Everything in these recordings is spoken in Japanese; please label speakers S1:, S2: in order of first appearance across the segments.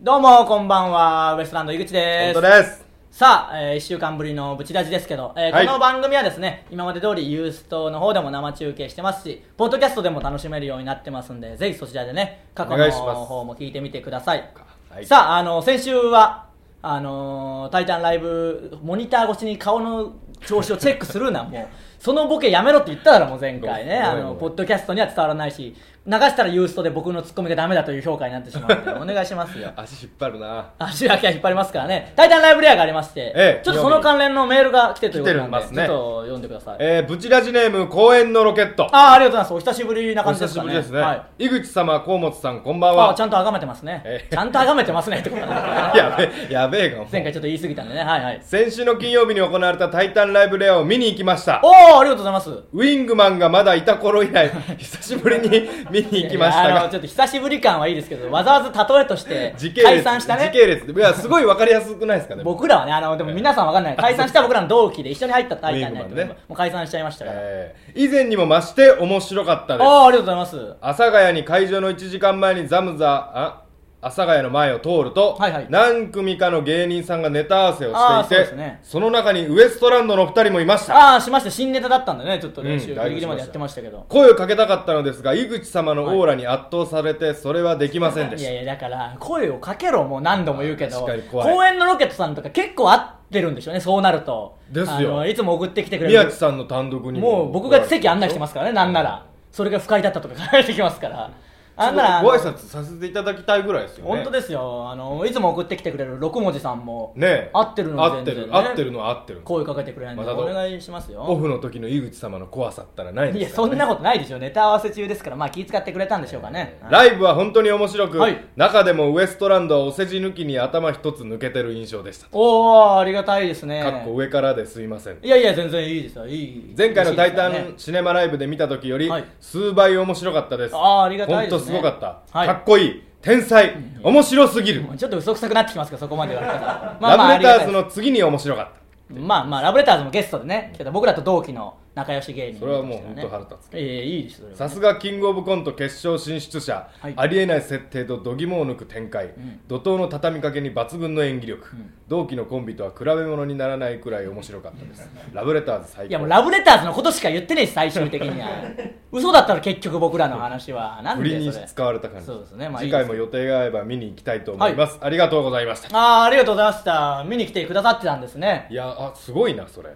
S1: どうも、こんばんは。ウエストランド井口です。
S2: 本当です。
S1: さあ、え1週間ぶりのブチラジですけど、えー
S2: はい
S1: この番組はですね、今まで通りユーストの方でも生中継してますし、ポッドキャストでも楽しめるようになってますんで、ぜひそちらでね、過去
S2: お
S1: の
S2: 願いします
S1: 方も聞いてみてください。
S2: はい
S1: さあ、あの、先週は、あのータイタンライブ、モニター越しに顔の調子をチェックする な、もう。そのボケやめろって言ったからもう前回ね、
S2: ごめん
S1: あ
S2: ご
S1: の、
S2: めん
S1: ポッドキャストには伝わらないし、流したらユーストで僕のツッコミがダメだという評価になってしまうので、お願いしますよ。
S2: 足引っ張るな。
S1: 足だけは引っ張りますからね。タイタンライブレアがありまして、
S2: ええ
S1: ちょっとその関連のメールが来てるということなんで、
S2: 来てるんですね
S1: ちょっと読んでください。
S2: えー、ブチラジネーム公園のロケット。
S1: ああ、ありがとうございます。お久しぶりな
S2: お
S1: 感じで
S2: 久
S1: す
S2: し
S1: か
S2: ぶ
S1: ね。
S2: りですね。
S1: はい。
S2: 井口様、河本さん、こんばん
S1: あ
S2: は
S1: あ、ち。ゃんと崇めてますね。
S2: ええ
S1: ちゃんと崇めてますねってこと だね
S2: やべえ、やべえがもう。
S1: 前回ちょっと言い過ぎたんでね。はいはい。
S2: 先週の金曜日に行われたタイタンライブレアを見に行きました
S1: お。お、ありがとうございます。
S2: ウィングマンがまだいた頃 以来、久しぶりに見に行きまし
S1: い
S2: た
S1: やあの
S2: が
S1: ち。ょっと久しぶり感はいいですけど、わざわざ例えとして
S2: 時系列。
S1: 解散したね
S2: 時。系列。いや、すごいわかりやすくないですかね。
S1: 僕らはね、あの、でも皆さんわかんない。解散した僕らの同期で一緒に入ったタイタンないと、
S2: ウィングマンね
S1: もう解散しちゃいましたから。
S2: えー以前にも増して面白かったです。
S1: ああ、ありがとうございます。
S2: 阿佐ヶ谷に会場の1時間前にザムザあ阿佐ヶ谷の前を通ると、
S1: はいはい
S2: 何組かの芸人さんがネタ合わせをしてい
S1: あーそうで
S2: て
S1: すね
S2: の中にウエストランドの2人もいました
S1: ああ、しました。新ネタだったんでね、ちょっと練習、
S2: う
S1: ギ
S2: んだい
S1: リギ
S2: ぶ
S1: リま
S2: しまし
S1: で
S2: た
S1: やってましたけど。
S2: 声をかけたかったのですが井口様のオーラに圧倒されてそれはできませんで
S1: い
S2: し
S1: や
S2: た、
S1: いやだから声をかけろもう何度も言うけど
S2: 確かに怖い
S1: 公園のロケットさんとか結構合ってるんでしょうねそうなると
S2: ですよ
S1: あのいつも送ってきてくれ
S2: 宮
S1: る
S2: 地さんの単独に
S1: もう僕が席案内してますからねなんならそれが不快だったとか書いてきますからあんならあの
S2: ご挨拶させていただきたいぐらいですよね
S1: 本当ですよあのいつも送ってきてくれる六文字さんも
S2: ねえ
S1: 合ってるの
S2: 合
S1: は全
S2: って
S1: 然
S2: る
S1: ね
S2: 合ってるのは合ってるの
S1: 声かけてくれないんで
S2: また
S1: お
S2: どう
S1: 願いしますよ
S2: オフの時の井口様の怖さったらない
S1: い
S2: で
S1: や
S2: すから
S1: そ
S2: ね
S1: んなことないでしょネタ合わせ中ですからまあ気遣ってくれたんでしょうかね
S2: ライブは本当に面白く、
S1: はい
S2: 中でもウエストランドはお世辞抜きに頭一つ抜けてる印象でした、
S1: おおありがたいですね
S2: かっこ上からですいません
S1: いやいや全然いいですよいい
S2: 前回の「タイタ
S1: 嬉しいですからね
S2: ンシネマライブ」で見た時より
S1: はい
S2: 数倍面白かったです、
S1: あーありがたいですね
S2: 本当すごかった、
S1: はい
S2: かっこいい天才面白すぎる、
S1: もうちょっと嘘くさくなってきますけどそこまで言われた ら
S2: ラブレターズ
S1: ありがたい
S2: の次に面白かった
S1: ですまあまあラブレターズもゲストでねけど僕らと同期の仲良し芸人
S2: それはもう本
S1: ね
S2: 当腹立つ
S1: いやいやいいですよそれは
S2: さすがキングオブコント決勝進出者、
S1: はい
S2: ありえない設定と度肝を抜く展開、
S1: ん
S2: 怒涛の畳みかけに抜群の演技力、
S1: ん
S2: 同期のコンビとは比べ物にならないくらい面白かったですラブレターズ最高
S1: いやもうラブレターズのことしか言ってねえし最終的には 嘘だったら結局僕らの話はなん
S2: 振
S1: で
S2: りに
S1: それ
S2: 使われた感じ
S1: そうですねまあ
S2: 次回も
S1: いい
S2: 予定が合えば見に行きたいと思います、ありがとうございました
S1: ああありがとうございました見に来てくださってたんですね
S2: いやあすごいなそれ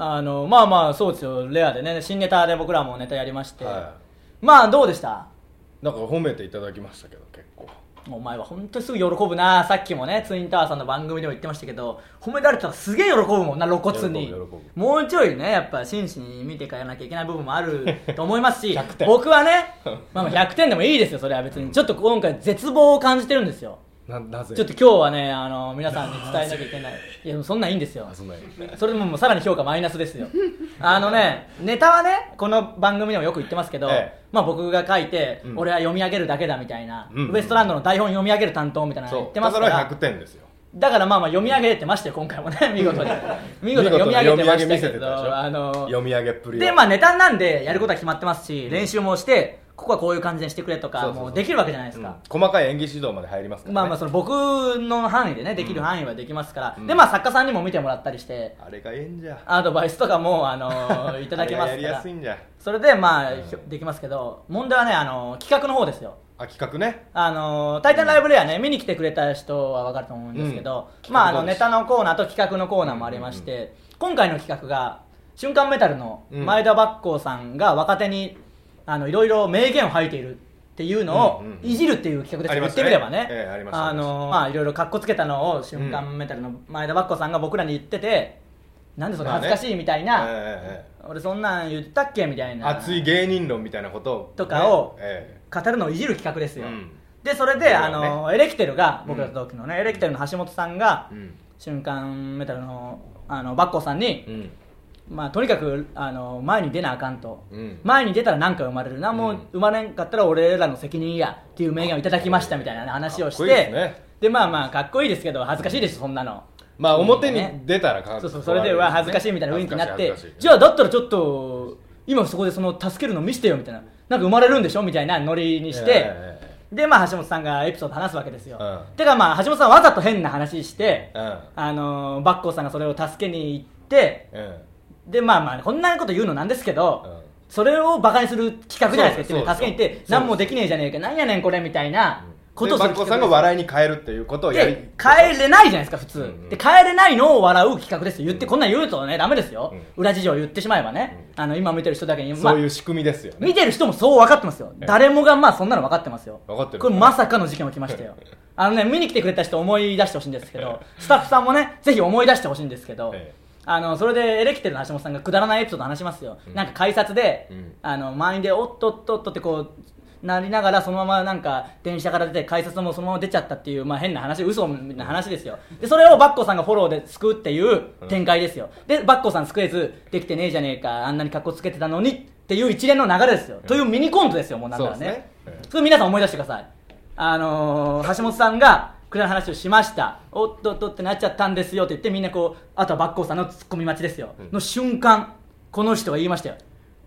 S1: あのまあまあそうですよレアでね新ネタで僕らもネタやりまして、
S2: は
S1: まあどうでした
S2: なんか褒めていただきましたけど結構
S1: お前は本当にすぐ喜ぶなさっきもねツインタワーさんの番組でも言ってましたけど褒められたらすげえ喜ぶもんな露骨に
S2: 喜ぶ喜ぶ
S1: もうちょいねやっぱ真摯に見ていかなきゃいけない部分もあると思います し
S2: 100点
S1: 僕はね、まあ、まあ100点でもいいですよそれは別にちょっと今回絶望を感じてるんですよ
S2: ななぜ
S1: ちょっと今日はねあの皆さんに伝えなきゃいけないいやでもそんなんいいんですよ
S2: あそんなんいい
S1: それでももうさらに評価マイナスですよ あのねネタはねこの番組でもよく言ってますけど、
S2: ええ
S1: まあ、僕が書いて、
S2: うん
S1: 俺は読み上げるだけだみたいな、
S2: うんうん
S1: ウエストランドの台本読み上げる担当みたいなの
S2: そ
S1: 言
S2: う
S1: ってますから
S2: だから100点ですよ
S1: だからまあまあ読み上げてましたよ今回もね 見事に見事に
S2: 見
S1: 読み上げてまし
S2: 読み上げ見
S1: た
S2: せ
S1: け
S2: てたでし
S1: ど
S2: ょ
S1: あの
S2: 読み上げっぷりを
S1: でまあネタなんでやることは決まってますし練習もしてここはこういう感じにしてくれとか
S2: そうそうそう
S1: もうできるわけじゃないです
S2: うん
S1: か、
S2: 細かい演技指導まで入りますから、ね、
S1: まあまあその僕の範囲でねできる範囲はできますから、
S2: うん
S1: でまあ作家さんにも見てもらったりして
S2: あれがええんじゃ
S1: アドバイスとかもあ のいただけますか
S2: あれがやりや
S1: ら
S2: すいんじゃ
S1: それでまあ、
S2: うん
S1: ひょできますけど問題はねあの企画の方ですよ
S2: あ企画ね
S1: あの「タイタンライブレアね」見に来てくれた人は分かると思うんですけど、
S2: うん
S1: まああの
S2: 企画どうで
S1: ネ
S2: した
S1: タのコーナーと企画のコーナーもありまして、今回の企画が「瞬間メタル」の前田抜光さんが若手にあのいろいろ名言を吐いているっていうのを
S2: うんうんうん
S1: いじるっていう企画です
S2: あり
S1: 言
S2: ま
S1: っ
S2: してた
S1: み
S2: ね
S1: ればね、
S2: ええありました
S1: あのまあいろいろかっこつけたのを瞬間メタルの前田抜子さんが僕らに言ってて、なんでそんな恥ずかしいみたいな、
S2: えええ
S1: 俺そんなん言ったっけみたい
S2: え
S1: な
S2: 熱い芸人論みたいなことを、
S1: とかを
S2: ねえ
S1: 語るのをいじる企画ですよ、
S2: うん
S1: でそれ
S2: そう
S1: で
S2: だ
S1: あ
S2: ね
S1: のエレキテルが僕らと同期のね、エレキテルの橋本さんが
S2: えうん
S1: 瞬間メタルのあのバッコさんに、
S2: うん
S1: まあ、とにかくあの前に出なあかんと、
S2: うん
S1: 前に出たら何か生まれるな、もううん生まれんかったら俺らの責任やっていう名言をいただきましたみたいなね話をして
S2: かっこいいですね
S1: でまあまあかっこいいですけど恥ずかしいですそんなの。
S2: まあ表に出たらかっこ悪い
S1: そうそうそれでは恥ずかしいみたいな雰囲気になって
S2: 恥ずかしい恥ずかしい
S1: じゃあだったらちょっと今そこでその助けるの見せてよみたいななんか生まれるんでしょみたいなノリにして
S2: え
S1: でまあ橋本さんがエピソード話すわけですよ、
S2: うん
S1: てかまあ橋本さんわざと変な話して、
S2: うん
S1: あのーバッコーさんがそれを助けに行って
S2: うんうん
S1: でまあまあこんなこと言うのなんですけど、
S2: うん
S1: それをバカにする企画じゃないですか
S2: そうそう
S1: 助けに行っ
S2: そう
S1: て何もできねえじゃねえかなんやねんこれみたいなことを
S2: でバッコさんが
S1: い
S2: 笑いに変えるっていうことをやり
S1: で変えれないじゃないですか普通、
S2: うんうん
S1: で変えれないのを笑う企画ですよ言って、こんなん言うとねダメですよ、
S2: う
S1: 裏事情を言ってしまえばね、あの今見てる人だけに、まあ
S2: そういう仕組みですよね
S1: 見てる人もそう分かってますよ、
S2: ええ
S1: 誰もがまあそんなの分かってますよ
S2: 分かってる
S1: これまさかの事件起きま したよあのね見に来てくれた人思い出してほしいんですけどスタッフさんもねぜひ思い出してほしいんですけど、
S2: ええ
S1: あのそれでエレキテルの橋本さんがくだらないエピソード話しますよ、
S2: うん
S1: なんか改札で、
S2: うん
S1: あの満員でおっとっとっとってこうなりながらそのままなんか電車から出て改札もそのまま出ちゃったっていう、まあ、変な話嘘みたいな話ですよでそれをバッコさんがフォローで救うっていう展開ですよでバッコさん救えずできてねえじゃねえかあんなに格好つけてたのにっていう一連の流れですよ、というミニコントですよもうなんなら
S2: そうですね
S1: ね
S2: ええ
S1: それ皆さん思い出してくださいあのー橋本さんがくだらない話をしましたおっとっとってなっちゃったんですよって言ってみんなこうあとはバッコーさんのツッコミ待ちですよ、
S2: うん
S1: の瞬間この人が言いましたよ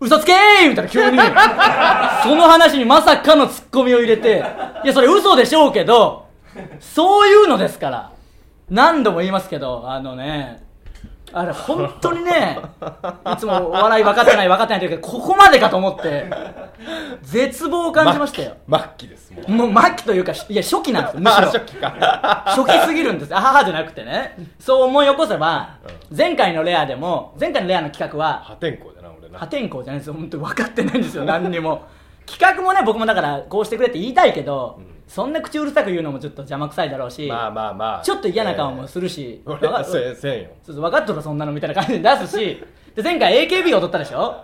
S1: 嘘つけーみたいな急 にその話にまさかのツッコミを入れていやそれ嘘でしょうけどそういうのですから何度も言いますけどあのねあれ本当にねいつもお笑い分かってない分かってないというかここまでかと思って絶望を感じましたよ
S2: 末期末期ですもう
S1: もう末期というかいや初期なんですよむし
S2: あ
S1: ろ
S2: 初期 か
S1: 初期すぎるんですあははじゃなくてねそう思い起こせば前回のレアでも前回のレアの企画は
S2: 破天荒だな俺な
S1: 破天荒じゃないですよ本当に分かってないんです よ何にも企画もね僕もだからこうしてくれって言いたいけど、
S2: うん
S1: そんな口うるさく言うのもちょっと邪魔くさいだろうし、
S2: まあまあまあ
S1: ちょっと嫌な顔もするし、
S2: えー
S1: わ
S2: 俺
S1: か
S2: はせせんよ
S1: そうそう分かっとるそんなのみたいな感じで出す しで前回 AKB 踊ったでしょ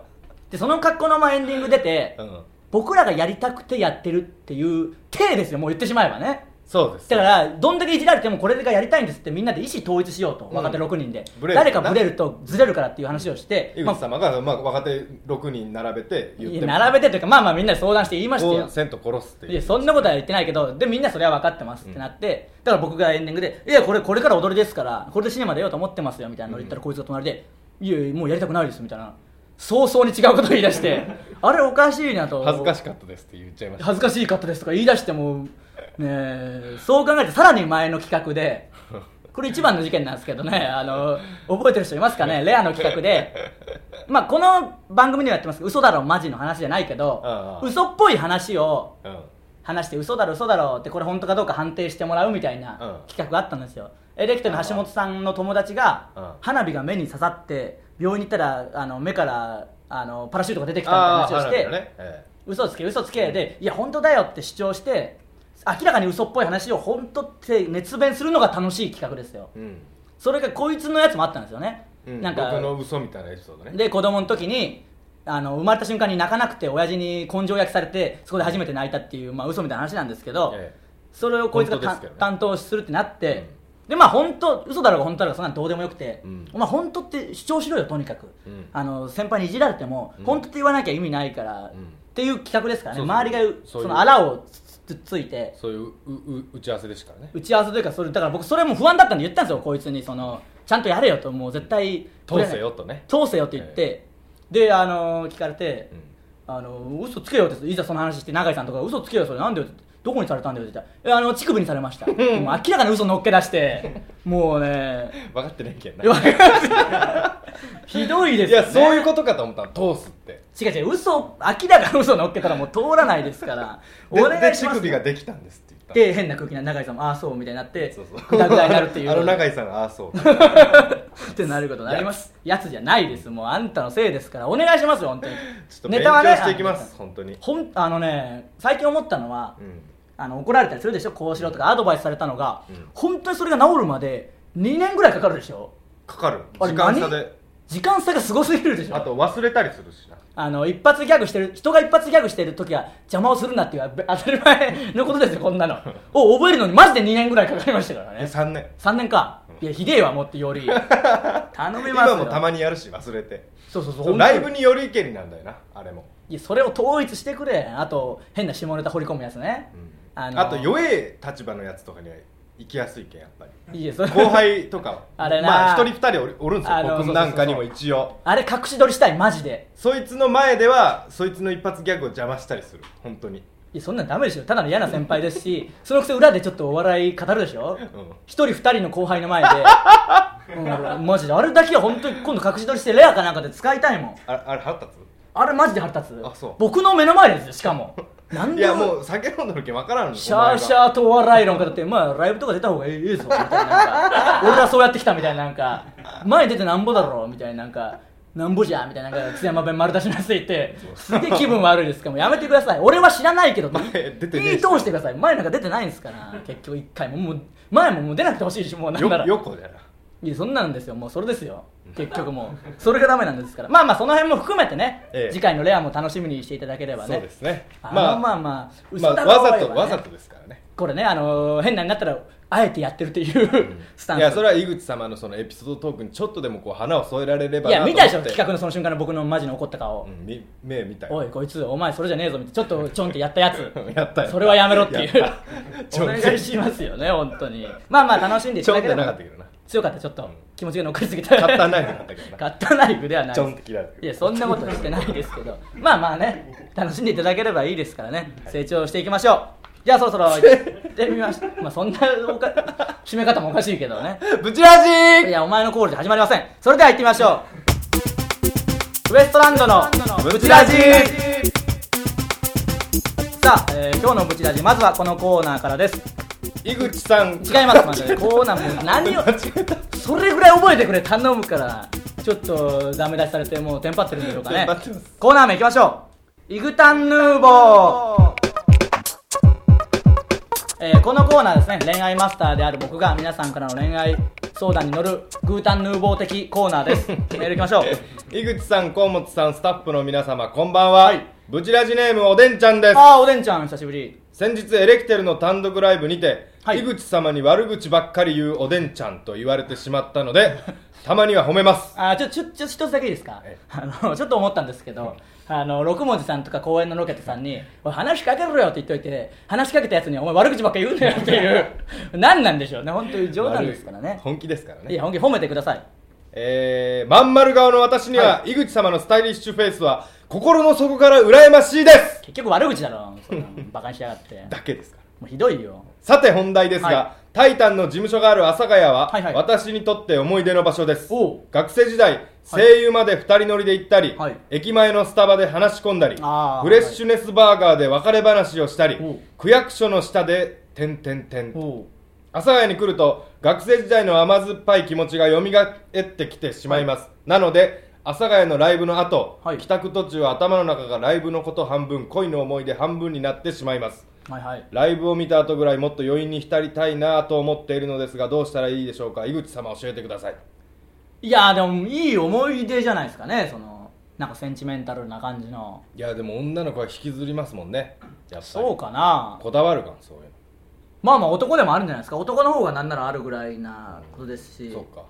S1: でその格好のままエンディング出て、
S2: うん
S1: 僕らがやりたくてやってるっていう体ですよもう言ってしまえばね
S2: そうです
S1: だからどんだけいじられてもこれがやりたいんですってみんなで意思統一しようと
S2: うん
S1: 若手6人で、
S2: ブレる
S1: 誰かブレるとずれるからっていう話をして、
S2: 井
S1: まあ
S2: 口様が、まあ、若手6人並べて言って
S1: いや並べてというかまあまあみんなで相談して言いましたよ
S2: こうせんと殺すっていう
S1: いやそんなことは言ってないけどでみんなそれは分かってますってなって、だから僕がエンディングで「いやこれこれから踊りですからこれでシネマ出ようと思ってますよ」みたいなのを言ったら、
S2: うん
S1: こいつが隣で「いやいやもうやりたくないです」みたいな早々に違うことを言い出して あれおかしいなと
S2: 恥ずかしかったですって言っちゃいました
S1: 恥ずかしかったですとか言い出してもねえそう考えてさらに前の企画 でこれ一番の事件なんですけどねあの覚えてる人いますか ねレアの企画で、まあ、この番組でもやってますけど嘘だろマジの話じゃないけど
S2: うんうん
S1: 嘘っぽい話を
S2: うん
S1: 話して嘘だろ嘘だろってこれ本当かどうか判定してもらうみたいな
S2: うん
S1: 企画があったんですよ、エレクトの橋本さんの友達が
S2: うん
S1: 花火が目に刺さって病院に行ったらあの目からあのパラシュートが出てきたみたいな話をして、
S2: あー花火がねえ
S1: 嘘つけ嘘つけでいや本当だよって主張して明らかに嘘っぽい話を本当って熱弁するのが楽しい企画ですよ
S2: え
S1: それがこいつのやつもあったんですよね、
S2: うんうん
S1: なんか
S2: 僕の嘘みたいなエピソードね
S1: で子供の時にあの生まれた瞬間に泣かなくて親父に根性焼きされてそこで初めて泣いたっていう、まあ嘘みたいな話なんですけど、
S2: え
S1: それをこいつが
S2: 本当で
S1: た、
S2: すけどね
S1: 担当するってなって、でまあ本当嘘だろうが本当だろうがそんなのどうでもよくて、
S2: うん
S1: お前本当って主張しろよとにかく、
S2: うん
S1: あの先輩にいじられても、
S2: うん
S1: 本当って言わなきゃ意味ないから、
S2: うん
S1: っていう企画ですからね
S2: そうそう
S1: 周りが
S2: そういう
S1: そのあらをつつつついて
S2: えそういううう打ち合わせでしたからね
S1: 打ち合わせというかそれだから僕それも不安だったんで言ったんですよこいつにそのちゃんとやれよともう絶対
S2: 通せよとね
S1: 通せよって言って、であの聞かれて、あの嘘つけよっていざその話して永井さんとか嘘つけよそれなんでよってどこにされたんだよって言ったらえあの乳首にされましたもう明らかに嘘乗っけ出してもうね
S2: 分かってないけんな
S1: わかりますひどいです
S2: い
S1: よ、
S2: や
S1: ね、
S2: そういうことかと思ったの通すって
S1: 違う違う嘘明らかに嘘乗っけたらもう通らないですから
S2: で
S1: お願いし
S2: で
S1: ます
S2: 乳首ができたんですって言った
S1: で変な空気な永井さんもああそうみたいになって
S2: そうそう
S1: ぐだぐだになるっていう
S2: あの永井さんがああそう
S1: ってなることになりますやつじゃないですもうあんたのせいですからお願いしますよ本当に
S2: ちょっと勉強していきま す、
S1: ネ
S2: 本当に
S1: タはね。ほんあのね最近思ったのは、
S2: うん。
S1: あの怒られたりするでしょこうしろとかアドバイスされたのが、
S2: うん
S1: 本当にそれが治るまで2年ぐらいかかるでしょ
S2: かかる。
S1: あれ
S2: 時間差で。
S1: 時間差がすごすぎるでしょ
S2: あと忘れたりするしな。
S1: あの一発ギャグしてる人が一発ギャグしてる時は邪魔をするなっていう当たり前のことですよこんな のを覚えるのにマジで2年ぐらいかかりましたから
S2: え、
S1: ね
S2: 3年。
S1: 3年かいやひでえわもって より頼みますよ
S2: 今もたまにやるし、忘れて。
S1: そうそうそう
S2: そう
S1: 本当
S2: ライブによる意見になんだよな、あれも。
S1: いやそれを統一してくれあと変な下ネタ掘り込むやつね、
S2: うん
S1: あの
S2: あと、弱え立場のやつとかには行きやすいけん、やっ ぱり。
S1: いいえそれ
S2: 後輩とかは
S1: あれな
S2: まあ、一人二人おるおるんです
S1: あ
S2: よ。
S1: のそうそうそ
S2: 僕
S1: う
S2: なんかにも一応。
S1: あれ隠し撮りしたいマジで
S2: そいつの前では、そいつの一発ギャグを邪魔したりする。本当に。
S1: いやそんなんダメでしょただの嫌な先輩ですしそのくせ裏でちょっとお笑い語るでしょ一、人二人の後輩の前で、うん、マジであれだけは本当に今度隠し撮りしてレアかなんかで使いたいもん
S2: あれあれ腹立
S1: あれマジで腹立つ
S2: あそう
S1: 僕の目の前ですよしか もなん
S2: つい
S1: で
S2: やもう酒飲んだ時分からんの
S1: シャーシャーとお笑い論家だってまあライブとか出た方がいいぞみたいななん か俺らそうやってきたみたいななんか前に出てなんぼだろうみたいななんかなんぼじゃみたいななんか津山弁丸出しなすいてすげえ気分悪いですからもうやめてください俺は知らないけど
S2: 前出てね
S1: い
S2: え
S1: い
S2: し
S1: 通してください前なんか出てないんですから結局一回ももう前ももう出なくてほしいしもうなんなら
S2: よよこだよない
S1: やそんなんですよもうそれですよ結局もうそれがダメなんですからまあまあその辺も含めてね、
S2: ええ
S1: 次回のレアも楽しみにしていただければね
S2: そうですね
S1: あまあまあ
S2: まあ
S1: まあ、嘘
S2: まあ
S1: だろおいは
S2: わざ
S1: ね
S2: とわざとですからね
S1: これね、あのー変なになったらあえてやってるっていう、スタンス
S2: いやそれは井口様のそのエピソードトークにちょっとでもこう花を添えられれば
S1: いや
S2: なと思
S1: 見
S2: って
S1: たでしょ企画のその瞬間の僕のマジの怒った顔、
S2: うんみ目見たよ
S1: おいこいつお前それじゃねえぞみたいなちょっとちょんってやったやつ
S2: やったよ
S1: それはやめろっていう
S2: やったち ょ
S1: お
S2: んって
S1: 願いしますよね本当にまあまあ楽しんでい
S2: ち
S1: た
S2: ょ
S1: だ
S2: んっ
S1: け
S2: て
S1: れ
S2: なかった
S1: ば
S2: けどな
S1: 強かったちょっと気持ちが残りすぎて
S2: カッターナイフだったけどな
S1: カッターナイフではない
S2: ちょんって切られて
S1: い
S2: る
S1: やそんなことしてないですけどまあまあね楽しんでいただければいいですからね成長していきましょうじゃあそろそろ行ってみましょうまあそんなおか締め方もおかしいけどね
S2: ぶちラジー
S1: いやお前のコールじゃ始まりませんそれでは行ってみましょうウエストランドのブ
S2: ブ
S1: チ
S2: チ
S1: ラ
S2: ラ
S1: ジ
S2: ジ
S1: さあ、えー今日のブチラジまずはこのコーナーからです
S2: 井口さ
S1: 違
S2: ん
S1: いますまずコーナーもう何を
S2: 間違えた
S1: それぐらい覚えてくれ頼むからちょっとダメ出しされてもうテンパってるんでしょうかね
S2: テンパってます
S1: コーナー名いきましょうイグタンヌーボーえーこのコーナーですね恋愛マスターである僕が皆さんからの恋愛相談に乗るグータンヌーボー的コーナーです メールいきましょう
S2: 井口さん河本さんスタッフの皆様こんばんは、ブチラジネームおでんちゃんです
S1: ああおでんちゃん久しぶり
S2: 先日エレキテルの単独ライブにて、
S1: はい
S2: 井口様に悪口ばっかり言うおでんちゃんと言われてしまったので たまには褒めます
S1: あーちょちょちょ一つだけいいですか
S2: ええ
S1: あの ちょっと思ったんですけど、あの六文字さんとか公演のロケットさんに「おい話しかけろよ」って言っといて話しかけたやつに「お前悪口ばっか言うなよ」っていう 何なんでしょうね本当に冗談ですから
S2: 悪い
S1: ね
S2: 本気ですから
S1: い
S2: ね
S1: や本気褒めてください
S2: えー、まん丸顔の私には、井口様のスタイリッシュフェイスは心の底から羨ましいです
S1: 結局悪口だろそんなのバカにしやがっても
S2: だけですから
S1: うひどいよ
S2: さて本題ですが、
S1: は
S2: タイタンの事務所がある阿佐ヶ谷は、
S1: はいはい
S2: 私にとって思い出の場所です
S1: おう
S2: 学生時代声優まで2人乗りで行ったり、
S1: はい
S2: 駅前のスタバで話し込んだり
S1: あー
S2: フレッシュネスバーガーで別れ話をしたり、
S1: おう
S2: 区役所の下で「てんてんてん」
S1: おう
S2: 阿佐ヶ谷に来ると学生時代の甘酸っぱい気持ちが蘇ってきてしまいます、なので阿佐ヶ谷のライブの後、
S1: はい
S2: 帰宅途中は頭の中がライブのこと半分恋の思い出半分になってしまいます
S1: はいはい
S2: ライブを見た後ぐらいもっと余韻に浸りたいなと思っているのですがどうしたらいいでしょうか井口様教えてください
S1: いやーでもいい思い出じゃないですかねそのなんかセンチメンタルな感じの
S2: いやでも女の子は引きずりますもんねやっぱり
S1: そうかな
S2: こだわるからそういう
S1: まあまあ男でもあるんじゃないですか男の方がなんならあるぐらいなことですし
S2: のそうか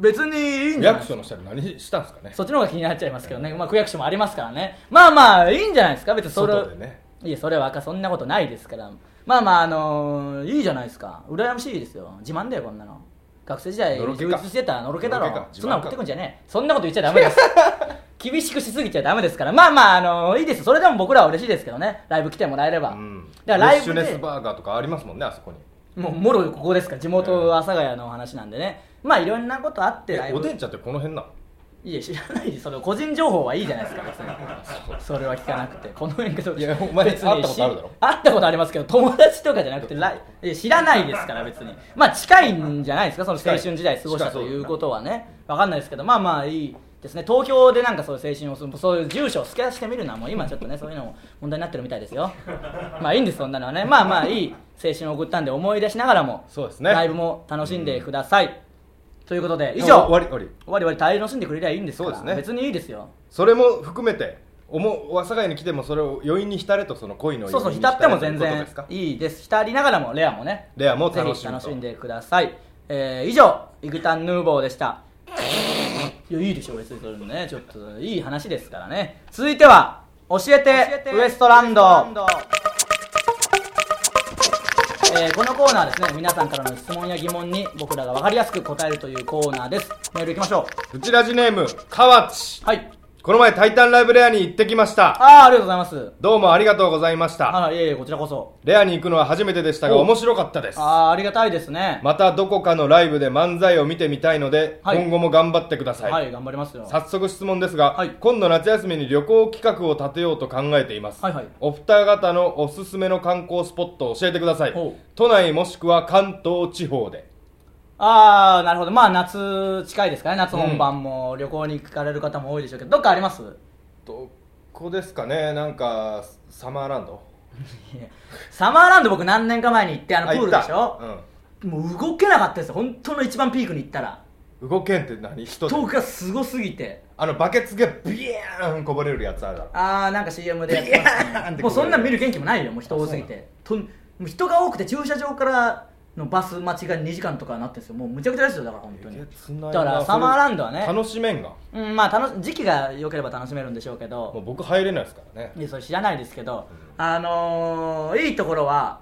S1: 別にいいんじゃ
S2: 区
S1: ない
S2: 役
S1: ですか
S2: 所の下で何したんですかね
S1: そっちの方が気になっちゃいますけどね、まあ、区役所もありますからねまあまあいいんじゃないですか別にそれ
S2: 外でね
S1: いやそれは赤そんなことないですからまあまああのーいいじゃないですか羨ましいですよ自慢だよこんなの学生時代
S2: のろけ
S1: 充
S2: か
S1: 実してたのろけだろ
S2: のろけか自慢か
S1: そんなん送ってくんじゃねえそんなこと言っちゃダメです 厳しくしすぎちゃダメですからまあまあ、あのーいいですそれでも僕らは嬉しいですけどねライブ来てもらえれば、
S2: うん
S1: だからライ
S2: フ
S1: ブ
S2: レッシ
S1: で
S2: ュネスバーガーとかありますもんねあそこに
S1: もうもろここですから地
S2: う
S1: 元
S2: ん
S1: 阿佐ヶ谷の話なんでねまあいろんなことあってライ
S2: え
S1: ブ
S2: おでんちゃんってこの辺なの
S1: いや知らないでその個人情報はいいじゃないですか別にそれは聞かなくてこの辺がどう
S2: いやお前
S1: 別に
S2: 会ったことあるだろ
S1: し会ったことありますけど友達とかじゃなくてライいや知らないですから別にまあ近いんじゃないですかその青春時代過ごした
S2: 近
S1: と
S2: い
S1: いうことはねわかんないですけどまあまあいいですね東京でなんかそういう青春をするそういう住所を透け出してみるのはもう今ちょっとねそういうのも問題になってるみたいですよまあいいんですそんなのはねまあまあいい青春を送ったんで思い出しながらも
S2: そうですね
S1: ライブも楽しんでください、ということで以
S2: あ
S1: 上
S2: 終わり終わり
S1: わりわり大楽しんでくれりゃいいんですから
S2: そうですね
S1: 別にいいですよ
S2: それも含めておも阿佐ヶ谷に来てもそれを余韻に浸れとその恋の
S1: そう
S2: 余
S1: そう
S2: 韻に
S1: 浸っても
S2: れとい
S1: 全
S2: うこと
S1: 然
S2: ですか
S1: いいです浸りながらもレアもね
S2: レアも楽し
S1: ぜ
S2: むと
S1: ひ楽しんでください、えー以上イグタンヌーボーでしたいやいいでしょ別にそれもねちょっといい話ですからね続いては教えてウエストランドえーこのコーナーですね皆さんからの質問や疑問に僕らが分かりやすく答えるというコーナーですメールいきましょ
S2: うちラジネーム河内
S1: うはい
S2: この前タイタンライブレアに行ってきました
S1: ああありがとうございます
S2: どうもありがとうございました
S1: あらいえいえこちらこそ
S2: レアに行くのは初めてでしたが
S1: お
S2: 面白かったです
S1: ああありがたいですね
S2: またどこかのライブで漫才を見てみたいので、
S1: はい
S2: 今後も頑張ってください、
S1: はい頑張りますよ
S2: 早速質問ですが、
S1: はい
S2: 今度夏休みに旅行企画を立てようと考えています、
S1: はいはい
S2: お二方のおすすめの観光スポットを教えてください
S1: ほう
S2: 都内もしくは関東地方で
S1: ああなるほどまあ夏近いですからね夏本番も旅行に行かれる方も多いでしょうけど、どっかあります
S2: どこですかねなんかサマーランド
S1: いやサマーランド僕何年か前に行ってあのプールでしょ、
S2: 行った
S1: もう動けなかったですよ本当の一番ピークに行ったら
S2: うん、動けんって何人で
S1: 人がすごすぎて
S2: あのバケツがビヤーンこぼれるやつあるだろ
S1: ああなんか CM でやっ
S2: ビ
S1: て
S2: ヤ
S1: ま
S2: ーンっ
S1: す
S2: て
S1: もうそんなん見る元気もないよもう人多すぎてとんもう人が多くて駐車場からのバス待ちが2時間とかなってるんですよもうむちゃくちゃですよだから本当に
S2: えげつないな
S1: だからサマーランドはね
S2: 楽しめんが
S1: うんまあ楽し時期が良ければ楽しめるんでしょうけど
S2: もう僕入れないですからね
S1: いやそれ知らないですけど、あのーいいところは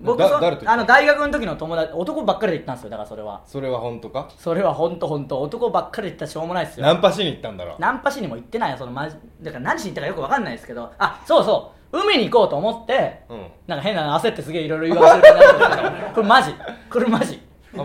S1: 僕
S2: だ
S1: そ
S2: 誰と行った
S1: あの大学の時の友達男ばっかりで行ったんですよだからそれは
S2: それは本当か
S1: それは本当本当男ばっかりで行ったらしょうもないですよ
S2: ナンパしに行ったんだろ
S1: ナンパしにも行ってないよそのマジだから何しに行ったかよくわかんないですけどあそうそう海に行こうと思って、
S2: うん
S1: なんか変なの焦ってすげえいろいろ言わせる感じだったんですけどこれマジこれマジ
S2: あ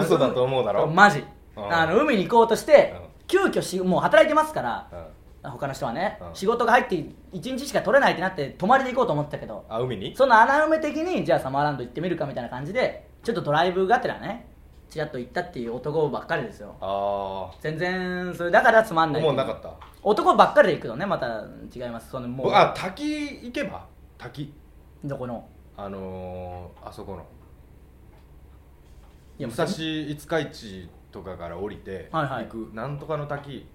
S2: 嘘だと思うだろ
S1: マジ
S2: うん
S1: あの海に行こうとして
S2: うん
S1: 急遽しもう働いてますから、
S2: うん
S1: 他の人はね、
S2: うん
S1: 仕事が入って1日しか取れないってなって泊まりで行こうと思ってたけど
S2: あ海に
S1: その穴埋め的にじゃあサマーランド行ってみるかみたいな感じでちょっとドライブがてらねちらっと行ったっていう男ばっかりですよ
S2: ああ
S1: 全然それだからつまんない
S2: 思うなかった
S1: 男ばっかりで行くのねまた違いますそのもう
S2: 僕あ滝行けば滝
S1: どこの
S2: あのー、あそこの
S1: いや
S2: 武
S1: もう
S2: 蔵五日市とかから降りて
S1: はいはい
S2: 行くなんとかの滝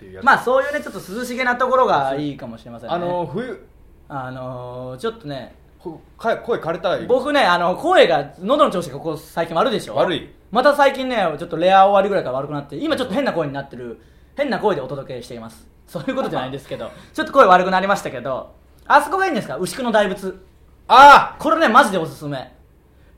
S2: っていうやつ
S1: まあそういうねちょっと涼しげなところがいいかもしれませんね
S2: あのー、冬
S1: あのーちょっとね
S2: ほか声枯れたら
S1: 僕ねあの声が喉の調子がここ最近悪いでしょ
S2: 悪い
S1: また最近ねちょっとレア終わりぐらいから悪くなって今ちょっと変な声になってる変な声でお届けしていますそういうことじゃないんですけど ちょっと声悪くなりましたけどあそこがいいんですか牛久の大仏
S2: ああ
S1: これねマジでおすすめ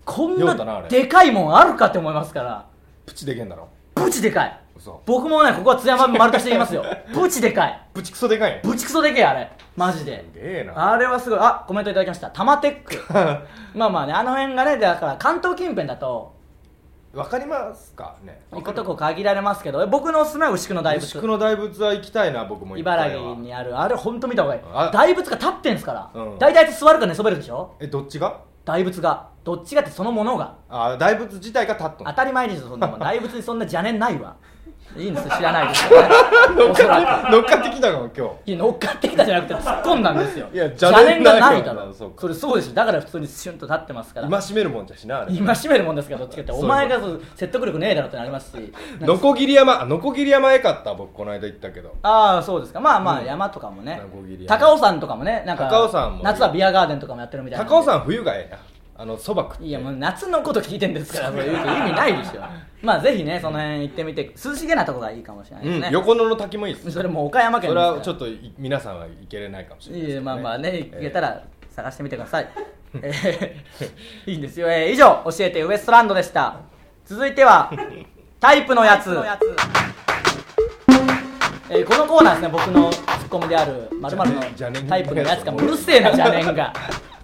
S1: こん
S2: よかったなあ
S1: な
S2: れ
S1: でかいもんあるかって思いますから
S2: プチでけんだろ
S1: ブチでかい
S2: 嘘
S1: 僕もねここは津山丸出しでき ますよブチでかい
S2: プチクソでかいんや
S1: ブチクソでけえあれマジです
S2: げえな
S1: あれはすごいあコメントいただきましたタマテックまあまあねあの辺がねだから関東近辺だと
S2: わかりますかね
S1: 行くとこ限られますけどえ僕のおすすめは牛久の大
S2: 牛久
S1: 仏
S2: の大仏は行きたいな僕も一回は
S1: 茨城にあるあれ本当見た方がいい
S2: あ
S1: 大仏が立ってんすから、
S2: うん
S1: 大体座るか寝そべるでしょ
S2: えどっちが
S1: 大仏がどっちがってそのものが
S2: あ大仏自体が立っとん
S1: 当たり前でしょそん なもん大仏にそんな邪念ないわいいんです知らないですよ、ね、おそらく
S2: 乗っかってきたかも今
S1: い
S2: 日
S1: や乗っかってきたじゃなくて突っ込んだんですよ
S2: いや邪
S1: 邪
S2: 念
S1: 念
S2: ない
S1: がないだろ
S2: そうか
S1: それそうでしょだから普通にシュンと立ってますから
S2: 今しめるもんじゃしなあれ
S1: 今締めるもんですからどっちかって
S2: そう
S1: お
S2: そう
S1: 前がそう説得力ねえだろってなりますし
S2: のこぎり山あのこぎり山えかった僕この間行ったけど
S1: ああそうですかまあまあ
S2: うん
S1: 山とかもね
S2: ノコギリ山
S1: 高尾山とかもねなんか
S2: 高尾山も
S1: 夏はビアガーデンとかもやってるみたいな
S2: 高尾
S1: ん
S2: 山冬がええなあのそば食って
S1: いやもう夏のこと聞いてんです からそれ言うと意味ないでしょまあぜひねその辺行ってみて涼しげなとこがいいかもしれないうですね
S2: ん、横野の滝もいいです
S1: それもう岡山県
S2: そ
S1: です
S2: れ
S1: から
S2: はちょっとい皆さんは行けれないかもしれない
S1: い
S2: です
S1: え
S2: けど
S1: まあまあね、
S2: えー
S1: 行けたら探してみてください。えーいいんですよ。えー以上、教えてウエストランドでした。続いて は、タイプのやつ。えーこのコーナーですね、僕のツッコミである、まるの
S2: 邪念
S1: タイプのやつが、うるせえな、邪念 が。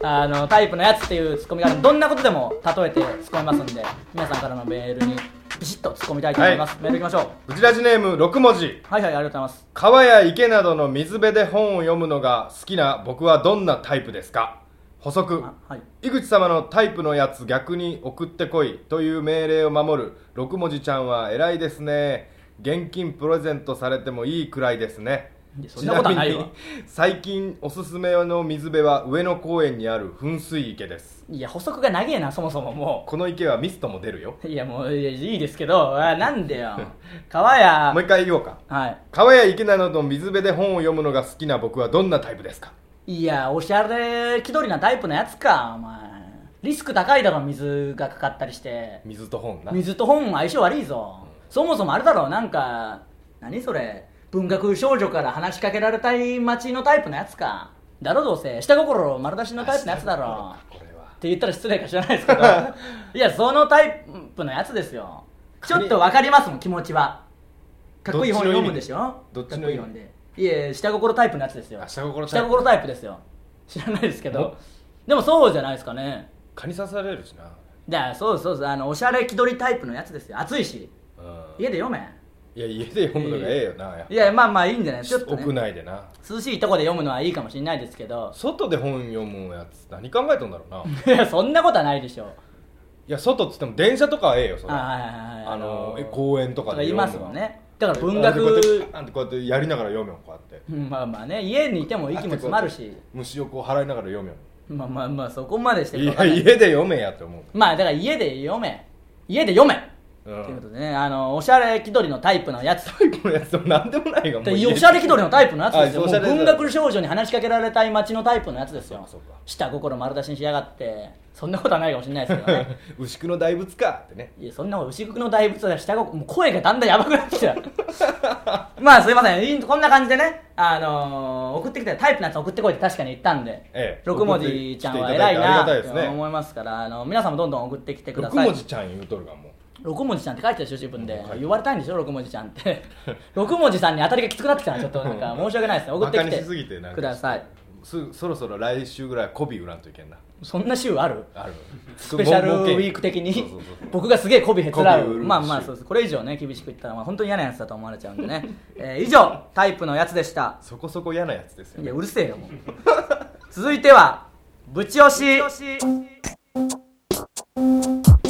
S1: あのタイプのやつっていうツッコミがあるんでどんなことでも例えてツッコみますんで皆さんからのメールにビシッとツッコみたいと思います、メールいきましょう
S2: ブチラジネーム6文字
S1: はいはいありがとうございます
S2: 川や池などの水辺で本を読むのが好きな僕はどんなタイプですか補足
S1: あはい
S2: 井口様のタイプのやつ逆に送ってこいという命令を守る六文字ちゃんは偉いですね現金プレゼントされてもいいくらいですね
S1: いやそんなことはないわ
S2: ちみに最近おすすめの水辺は上野公園にある噴水池です
S1: いや補足が長えなそもそももう
S2: この池はミストも出るよ
S1: いやもういやいいですけどあなんで よ川や
S2: もう一回言おうか
S1: は
S2: 川や池などの水辺で本を読むのが好きな僕はどんなタイプですか
S1: いいやおしゃれ気取りなタイプのやつかお前リスク高いだろ水がかかったりして
S2: 水と本な
S1: 水と本相性悪いぞそもそもあれだろなんか何それ文学少女から話しかけられたい街のタイプのやつかだろどうせ下心丸出しのタイプのやつだろ
S2: これは
S1: って言ったら失礼か知らないです けどいやそのタイプのやつですよちょっと分かりますもん気持ちはかっこいい本読むんでしょ
S2: どっち
S1: かっ
S2: の
S1: こ
S2: 意
S1: いい
S2: 味
S1: 本でいえ下心タイプのやつですよ
S2: あ下心タイプ
S1: 下心タイプですよ知らないですけど
S2: お
S1: でもそうじゃないですかね
S2: 蚊に刺されるしな
S1: だからそうですそうですあのおしゃれ気取りタイプのやつですよ暑いし
S2: うん
S1: 家で読め
S2: いや家で読むのがええよない
S1: やまあまあいいんじゃないちょっと、ね、
S2: 屋内でな
S1: 涼しいとこで読むのはいいかもしれないですけど
S2: 外で本読むやつ何考えとんだろうない
S1: いやそんなことはないでしょう
S2: や外っつっても電車とかはええよそれ
S1: あはいはいはい
S2: あの
S1: あの
S2: え公園とかで
S1: い
S2: 読む
S1: ますもんねだから文
S2: こうやって
S1: 学
S2: あんてこうやってやりながら読むよこうやって
S1: うんまあまあね家にいても息も詰まるし
S2: 虫をこう払いながら読むよ
S1: まあまあまあそこまでして
S2: い
S1: るか
S2: や
S1: ら
S2: 家で読めやって思う
S1: まあだから家で読め家で読め
S2: う
S1: ということ
S2: ん
S1: でねあのおしゃれ気取りのタイプのやつ
S2: タイプのや つでも何でもないがもう
S1: でおしゃれ気取りのタイプのやつですよ
S2: あ
S1: も
S2: そううおしゃれ
S1: 文学少女に話しかけられたい街のタイプのやつですよ
S2: そうかそうか
S1: 下心丸出しにしやがってそんなことはないかもしれないですけどね
S2: 牛久の大仏かってね
S1: いやそんなこと牛久の大仏だ下心もう声がだんだんやばくなってきた まあすいませんいいこんな感じでね、あのー送ってきたタイプのやつ送ってこいって確かに言ったんで、
S2: ええ
S1: 六文字ちゃんは偉いな
S2: 送ってきていただいてありがたい
S1: っ
S2: で
S1: て
S2: すね
S1: 思いますからあの皆さんもどんどん送ってきてくだ
S2: 六
S1: さい
S2: 文字ちゃん言うとるがもう
S1: 六文字さんって書いてたでしょ自分で
S2: 書いて
S1: 言われたいんでしょ六文字さんって 六文字さんに当たりがきつくなってきたなちょっとなんか申し訳ないですね送って
S2: バカにしす
S1: き
S2: ぎて
S1: て
S2: なんか
S1: ください
S2: すそろそろ来週ぐらい媚び売らんといけんな
S1: そんな週ある
S2: ある
S1: スペシャルウィーク的
S2: そう
S1: に
S2: そうそうそう
S1: 僕がすげえ媚びへつらう
S2: 媚びうるし
S1: まあまあそうですこれ以上ね厳しく言ったらまあ本当に嫌なやつだと思われちゃうんでねえー以上タイプのやつでした
S2: そこそこ嫌なやつですよ
S1: いやうるせえよも う続いてはぶち押し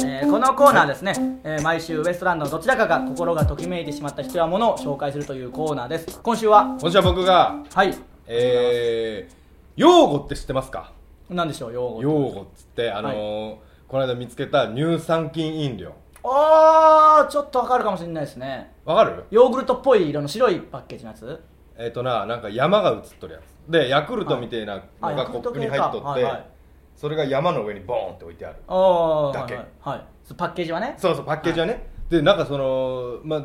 S1: えーこのコーナーですね、えー毎週ウエストランドのどちらかが心がときめいてしまった人やものを紹介するというコーナーです今週は
S2: 今週は僕が
S1: はい
S2: えー、用語って知ってますか
S1: 何でしょう用語
S2: 用語っつってあのーこの間見つけた乳酸菌飲料
S1: あーちょっとわかるかもしれないですね
S2: わかる
S1: ヨーグルトっぽい色の白いパッケージのやつ
S2: えっ、とななんか山が映っとるやつでヤクルトみたいな
S1: あ
S2: のが
S1: ヤク
S2: コ
S1: ル
S2: ッ
S1: ト
S2: プに
S1: 系
S2: 入
S1: か
S2: っとって、
S1: はいはい
S2: それが山の上にボーンって置いてある
S1: ああ
S2: だけ
S1: はいはい、はいそうパッケージはね
S2: そうそうパッケージはね、でなんかそのま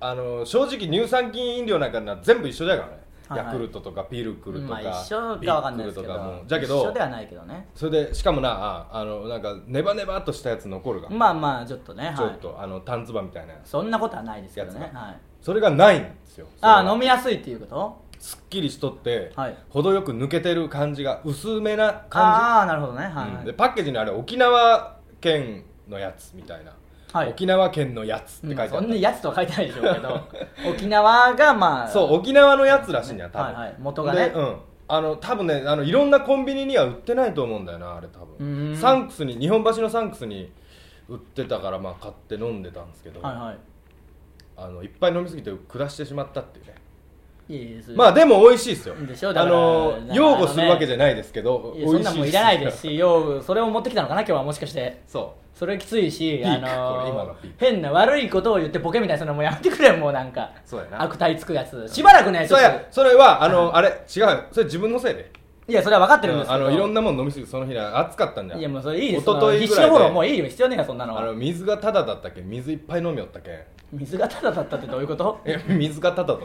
S2: ああの正直乳酸菌飲料なんかな全部一緒じゃからね、
S1: はいはい
S2: ヤクルトとかピルクルと
S1: ま
S2: か、
S1: あ
S2: ビ
S1: 一緒かわかんない
S2: ッ
S1: で
S2: ク
S1: すけ
S2: ルと
S1: ど
S2: かもじゃけ
S1: 一緒
S2: ど
S1: ではないけどね
S2: それでしかもなああのなんかネバネバっとしたやつ残るが、
S1: まあまあちょっとねはい
S2: ちょっとあのタンツバみたいなやつ
S1: そんなことはないですけどね、は
S2: や
S1: い
S2: つが、それがないんですよ
S1: ああ飲
S2: み
S1: みやすいっていうこと
S2: すっきりしとって、
S1: はい
S2: 程よく抜けてる感じが薄めな感
S1: ああなるほどねはい、
S2: じ、
S1: は
S2: うん
S1: い
S2: でパッケージにあれ沖縄県のやつみたいな、
S1: はい
S2: 沖縄県のやつって書いてあった、
S1: うんそんなやつとは書いてないでしょうけど 沖縄がまあ
S2: そう沖縄のやつらしいんだよ多分、
S1: はいはい元がね
S2: でうんあの多分ねあのいろんなコンビニには売ってないと思うんだよなあれ多
S1: う
S2: 分
S1: ん
S2: サンクスに日本橋のサンクスに売ってたからまあ買って飲んでたんですけど、
S1: はいは
S2: あのいっぱい飲みすぎて下してしまったっていうね
S1: いいいです
S2: まあでも美味しいですよ
S1: でしょだ
S2: あ
S1: から
S2: の
S1: だから
S2: 擁護するわけじゃないですけど、
S1: い
S2: 美
S1: やそ
S2: 味しい
S1: ん
S2: っ
S1: な
S2: す
S1: もういらないですしようそれを持ってきたのかな今日はもしかして
S2: そ
S1: それきついし、
S2: ピー
S1: あ
S2: クこれ今の
S1: の
S2: ピーク
S1: 変な悪いことを言ってボケみたいなそのもうやめてくれよもうなんか
S2: そうやな
S1: 悪態つくやつしばらくね
S2: う
S1: ちょ
S2: そ
S1: っ
S2: うや
S1: と
S2: それはあのあれ違うよそれ自分のせいで
S1: いやそれは分かってるんです
S2: あ
S1: けど、
S2: のいろんなもの飲みすぎてその日は暑かったんじゃん
S1: いやもうそれいいです
S2: 一昨日
S1: その
S2: ぐ
S1: 必死の
S2: らい
S1: フォロー
S2: で
S1: もういいよ必要ねえよそんなの
S2: あの水がタダだったけん水いっぱい飲みよったけん
S1: 水がタダだったってどういうこと
S2: え水がタダだっ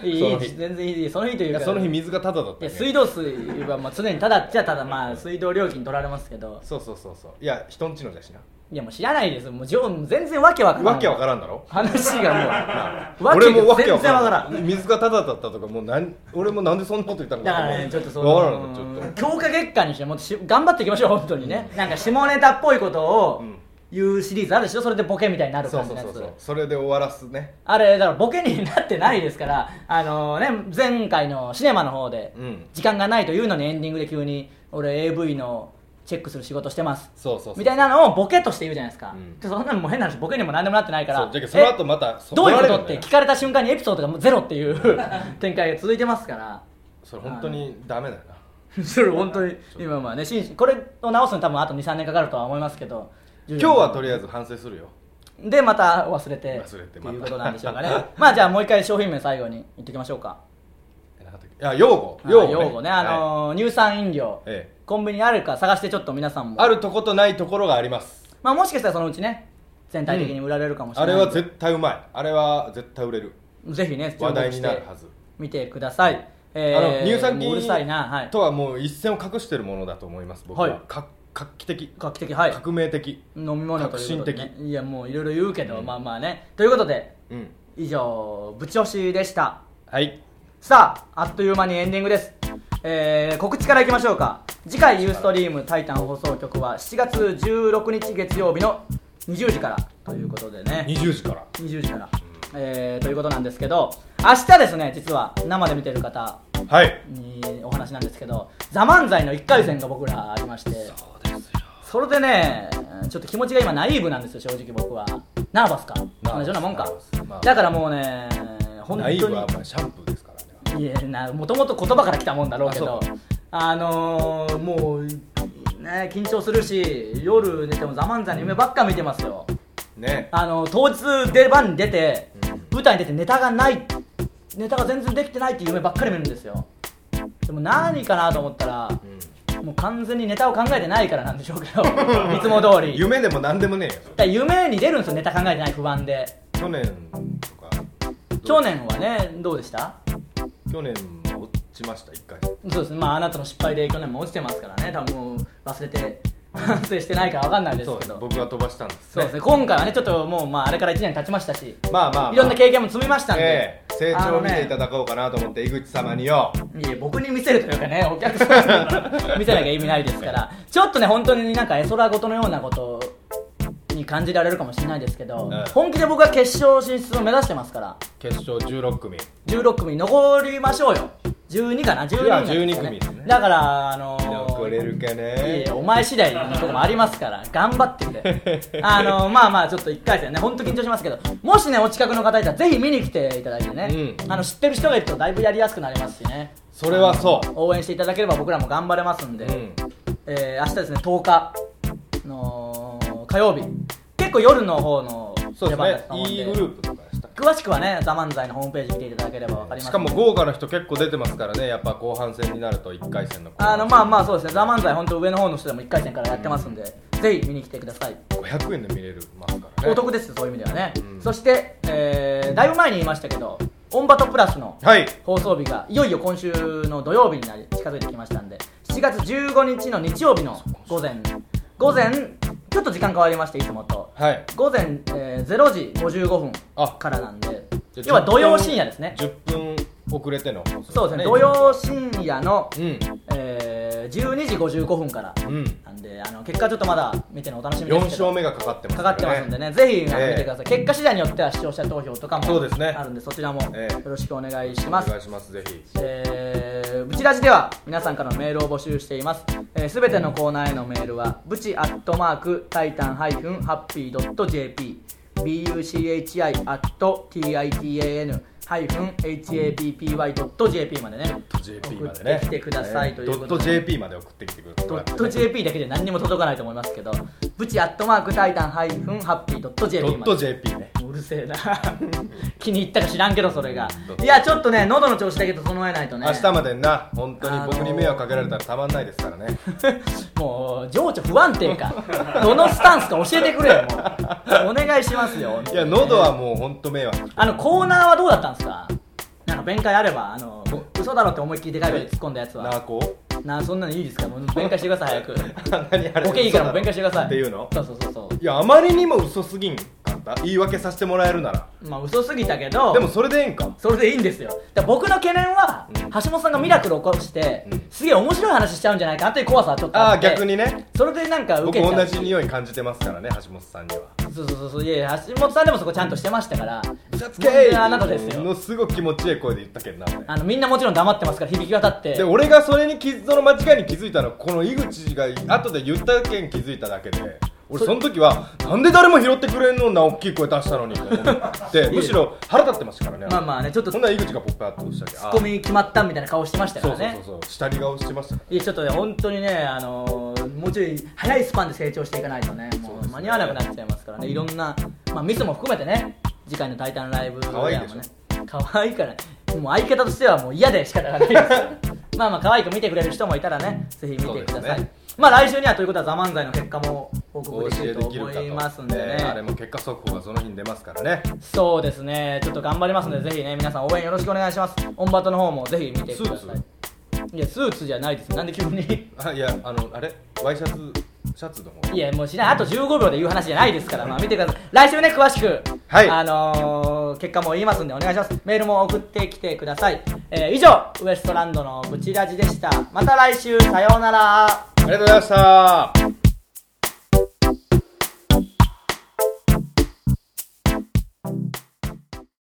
S2: た
S1: いい
S2: そ
S1: いい
S2: の日
S1: 全然いいその日とい
S2: いうや
S1: か
S2: その日水がタダだった
S1: い
S2: けん
S1: や水道水はまあ常にタダっちゃただまあ水道料金取られますけど
S2: そうそうそうそういや人んちのじゃしない
S1: やもう知らないですもう情全然わけわからん
S2: わけわからんだろ
S1: 話がもう
S2: 俺もわ
S1: 全
S2: け
S1: 然
S2: わ
S1: わから
S2: か
S1: ん
S2: らん水がタダだったとかもうなん俺もなんでそんなこと言ったの
S1: だか
S2: から
S1: ね、ちょっとそ
S2: わからんのちょっ
S1: の、強化月間にして、もっとし頑張っていきましょう、本当にね。なんか下ネタっぽいことを
S2: うん
S1: 言うシリーズあるでしょ、それでボケみたいにな
S2: と
S1: る
S2: そう
S1: 感じ
S2: そう
S1: のや
S2: そうそう
S1: つ。
S2: それで終わらすね
S1: あれ、だからボケになってないですから、あのね、前回のシネマの方で
S2: うん、
S1: 時間がないというのにエンディングで急に、俺 AV のチェックする仕事してます。
S2: そうそうそう
S1: みたいなのをボケとして言うじゃないですか。
S2: うん
S1: でそんなのもう変な話、ボケにも何でもなってないか
S2: そう
S1: ら
S2: じゃ。けその後また
S1: えどういうこと
S2: 怒ら
S1: っ
S2: れ
S1: て
S2: るんだ
S1: 聞
S2: よ
S1: かれた瞬間にエピソードがもうゼロっていう 展開が続いてますから。
S2: それ本当にダメだよな
S1: それ本当に今まあねしんこれを直すの多分あと23年かかるとは思いますけど
S2: 今日はとりあえ
S1: ず
S2: ず反省するよ
S1: でまた忘れて
S2: 忘れて
S1: と
S2: ま
S1: い
S2: た
S1: うことなんでしょうかね まあじゃあもう一回商品名最後に言っておきましょうか
S2: えなんだっけいや用語
S1: あ用語ねあ
S2: はい
S1: のー乳酸飲料
S2: ええ
S1: コンビニあるか探してちょっと皆さんも
S2: あるとことないところがあります
S1: まあもしかしたらそのうちね全体的に売られるかもしれ
S2: あ
S1: ない
S2: れ
S1: んで
S2: は絶対うまいあれは絶対売れる
S1: ぜひね
S2: 話題になるはず
S1: 見てくださいえ
S2: あ
S1: ー
S2: の乳酸
S1: もううるさいなは
S2: 菌
S1: い
S2: とはもう一線を隠してるものだと思います僕は、
S1: はい
S2: か画期的、
S1: 画期的はい
S2: 革命的
S1: 飲み物ということで
S2: 革
S1: ねいやもういろいろ言うけどまあまあねということで
S2: うん
S1: 以上ぶち押しでした
S2: はい
S1: さああっという間にエンディングですえー、告知からいきましょうか次回ユーストリームタイタン放送局は7月16日月曜日の20時からということでね
S2: 20時から
S1: 20時から、えー、ということなんですけど明日ですね実は生で見てる方
S2: はい
S1: にお話なんですけど「ザ漫才の1回戦が僕らありまして
S2: そうですよ
S1: それでねちょっと気持ちが今ナイーブなんですよ正直僕はナーバスか
S2: ナー
S1: 同
S2: バス
S1: じようなもんか
S2: ナーバスまあ
S1: だからもうね本当
S2: ナイ
S1: に
S2: ーブはまあシャンプーですからね
S1: いやなもともと言葉から来たもんだろうけど
S2: あそ
S1: あのー、もうね緊張するし夜寝ても「ザ漫才の夢ばっか見てますよ
S2: ね
S1: あの当日出番に出て、
S2: うん
S1: 舞台に出てネタがないネタが全然できてないっていう夢ばっかり見るんですよでも何かなと思ったら、もう完全にネタを考えてないからなんでしょうけ どいつも通り
S2: 夢でも何でもねえよ
S1: だから夢に出るんですよネタ考えてない不安で
S2: 去年とか
S1: 去年はねどうでした
S2: 去年も落ちました一回
S1: そうですねまああなたの失敗で去年も落ちてますからね多分もう忘れて 反省してないから分かんないです
S2: そう
S1: け
S2: です
S1: ど
S2: 僕が飛ばしたんです
S1: そうですね今回はねちょっともう、まあ、あれから1年経ちましたし
S2: まあまあ、まあ、
S1: いろんな経験も積みましたんで、
S2: ええ成長
S1: あ
S2: を見
S1: の
S2: て
S1: ね
S2: いただこうかなと思って、井口様によ
S1: いや僕に見せるというかねお客さん に見せなきゃ意味ないですからちょっとね本当になんか絵空事のようなことに感じられるかもしれないですけど、
S2: うん
S1: 本気で僕は決勝進出を目指してますから
S2: 決勝16組
S1: 16組残りましょうよ12かな12人なんですよ
S2: いや12組ですね
S1: だからあのー
S2: 残れるか
S1: いやい
S2: ね
S1: やお前次第のとこもありますから頑張ってく れあのまあまあちょっと1回戦ね本当緊張しますけどもしねお近くの方いたらぜひ見に来ていただいてね、
S2: うん
S1: あの知ってる人がいるとだいぶやりやすくなりますしね
S2: それはそ
S1: 応援していただければ僕らも頑張れますん
S2: う
S1: で、
S2: うん
S1: えー明日ですね10日の火曜日結構夜の方の
S2: そうで
S1: 出
S2: す
S1: 番だ
S2: ね
S1: と思うん
S2: E
S1: で
S2: グループとかでした
S1: 詳しくはね「ザ漫才のホームページ見ていただければ分かります
S2: しかも豪華な人結構出てますからねやっぱ後半戦になると1回戦の
S1: あのまあまあそうですね「ザ漫才本当上の方の人でも1回戦からやってますんで、ぜひ見に来てください
S2: 500円で見れるますからね
S1: お得ですよそういう意味ではね、
S2: うん
S1: そして、えーだいぶ前に言いましたけど「オンバトプラス」の
S2: はい
S1: 放送日がいよいよ今週の土曜日になり近づいてきましたんで7月15日の日曜日の午前午前ちょっと時間変わりましていつもと
S2: はい
S1: 午前、えー0時55
S2: あ
S1: 分からなんで
S2: じゃあ
S1: 要は土曜深夜ですね
S2: 10分遅れての放送
S1: そうですね土曜深夜の、
S2: うん
S1: えー12時55分から
S2: うん
S1: なんであの結果ちょっとまだ見てのお楽しみです
S2: 4
S1: けど
S2: 勝目がかかってま
S1: か
S2: すら
S1: か
S2: ね
S1: ってますんでね、ぜひあの
S2: ええ
S1: 見てください、結果次第によっては視聴者投票とかも
S2: そうですね
S1: あるんで、そちらもよ
S2: ええ
S1: ろしくお願いしま
S2: お
S1: す
S2: 願。いしますぜひ
S1: えーブチラジでは皆さんからのメールを募集していますすべ、えー全てのコーナーへのメールはブチアットマークタイタンハイフンハッピードット JP buchi アット titan ハイフン happy ドット JP までね
S2: JP までね
S1: 送ってきてくださいということで
S2: ドット JP まで送ってきてください
S1: ドット JP だけで何にも届かないと思いますけどブチアットマークタイタンハイフンハッピードット JP
S2: ド
S1: まで
S2: ット JP ね
S1: うるせえな 気に入ったか知らんけどそれが
S2: どうぞ
S1: いやちょっとね喉の調子だけ整えないとね
S2: 明日までにな本当に僕
S1: あの
S2: に
S1: ー
S2: 迷惑かけられたらたまんないですからね
S1: もう情緒不安定かどのスタンスか教えてくれよもうお願いしますよ
S2: いや喉はもう本当迷惑
S1: あのコーナーはどうだったんですかなんか弁解あればあの嘘だろって思いっきりでかい声で突っ込んだやつ
S2: なあ
S1: は
S2: こう
S1: なそんなのいいですかもう弁解してください早く
S2: 何あれ
S1: ボケいいからもう弁解してください
S2: っていうの
S1: そうそうそうそ
S2: いやあまりにも嘘すぎんかった言い訳させてもらえるなら
S1: うまあ嘘すぎたけど
S2: でもそれでええんか
S1: それでいいんですよだから僕の懸念は、
S2: うん
S1: 橋本さんがミラクル起こして、
S2: うん
S1: すげえ面白い話しちゃうんじゃないかなという怖さはちょっと
S2: あ
S1: あ
S2: あ
S1: って
S2: 逆にね
S1: それでなんか受
S2: 僕
S1: けちゃ
S2: 同
S1: う
S2: じ匂い感じてますからね橋本さんには
S1: そうそうそうそういやいや橋本さんでもそこちゃんとしてましたから
S2: 嘘
S1: つけーいやあなたですよ
S2: ものすごく気持ちいい声で言ったけどな俺
S1: あのみんなもちろん黙ってますから響き渡って
S2: で俺がそれに傷の間違いに気づいたのはこの井口が後で言ったけん気づいただけで俺その時はなんで誰も拾ってくれんのんな大きい声出したの にと思ってむしろ腹立ってましたからね
S1: まあまあねちょっ と
S2: そんな井口がポップアップしたけツ
S1: ツッコミ決まったみたいな顔してましたか
S2: そう
S1: ら
S2: そう
S1: ね
S2: そうそう下り顔してましたか
S1: いやちょっとね本当にねあのーもうちょい早いスパンで成長していかないとねも
S2: そう
S1: う
S2: ですね
S1: 間に合わなくなっちゃいますからねいろんな、まあ、ミスも含めてね次回の「タイタンライブ」
S2: 可愛いでしょ
S1: ね可愛いからもう相方としてはもう嫌で仕方がないです まあまあ可愛く見てくれる人もいたらねぜひ見てく
S2: そ
S1: だ
S2: う
S1: さ
S2: で
S1: い、
S2: すね
S1: まあ来週にはということは「ザ漫才の結果も報
S2: ら
S1: 告できると思いますんでね
S2: えーあれも結果速報がその日に出ますからね
S1: そうですね、ちょっと頑張りますので、ぜひね、皆さん応援よろしくお願いします。オンバトの方もぜひ見てください。いや、スーツじゃないです。なんで急に
S2: あいやあのあれワイシャツシャツの方
S1: いや、もうしない。あと15秒で言う話じゃないですから、まあ見てください。来週ね、詳しく、
S2: はい
S1: あのの結果も言いますんでお願いしますメールも送ってきてください、えー以上ウエストランドのブチラジでしたまた来週さようなら
S2: ありがとうございました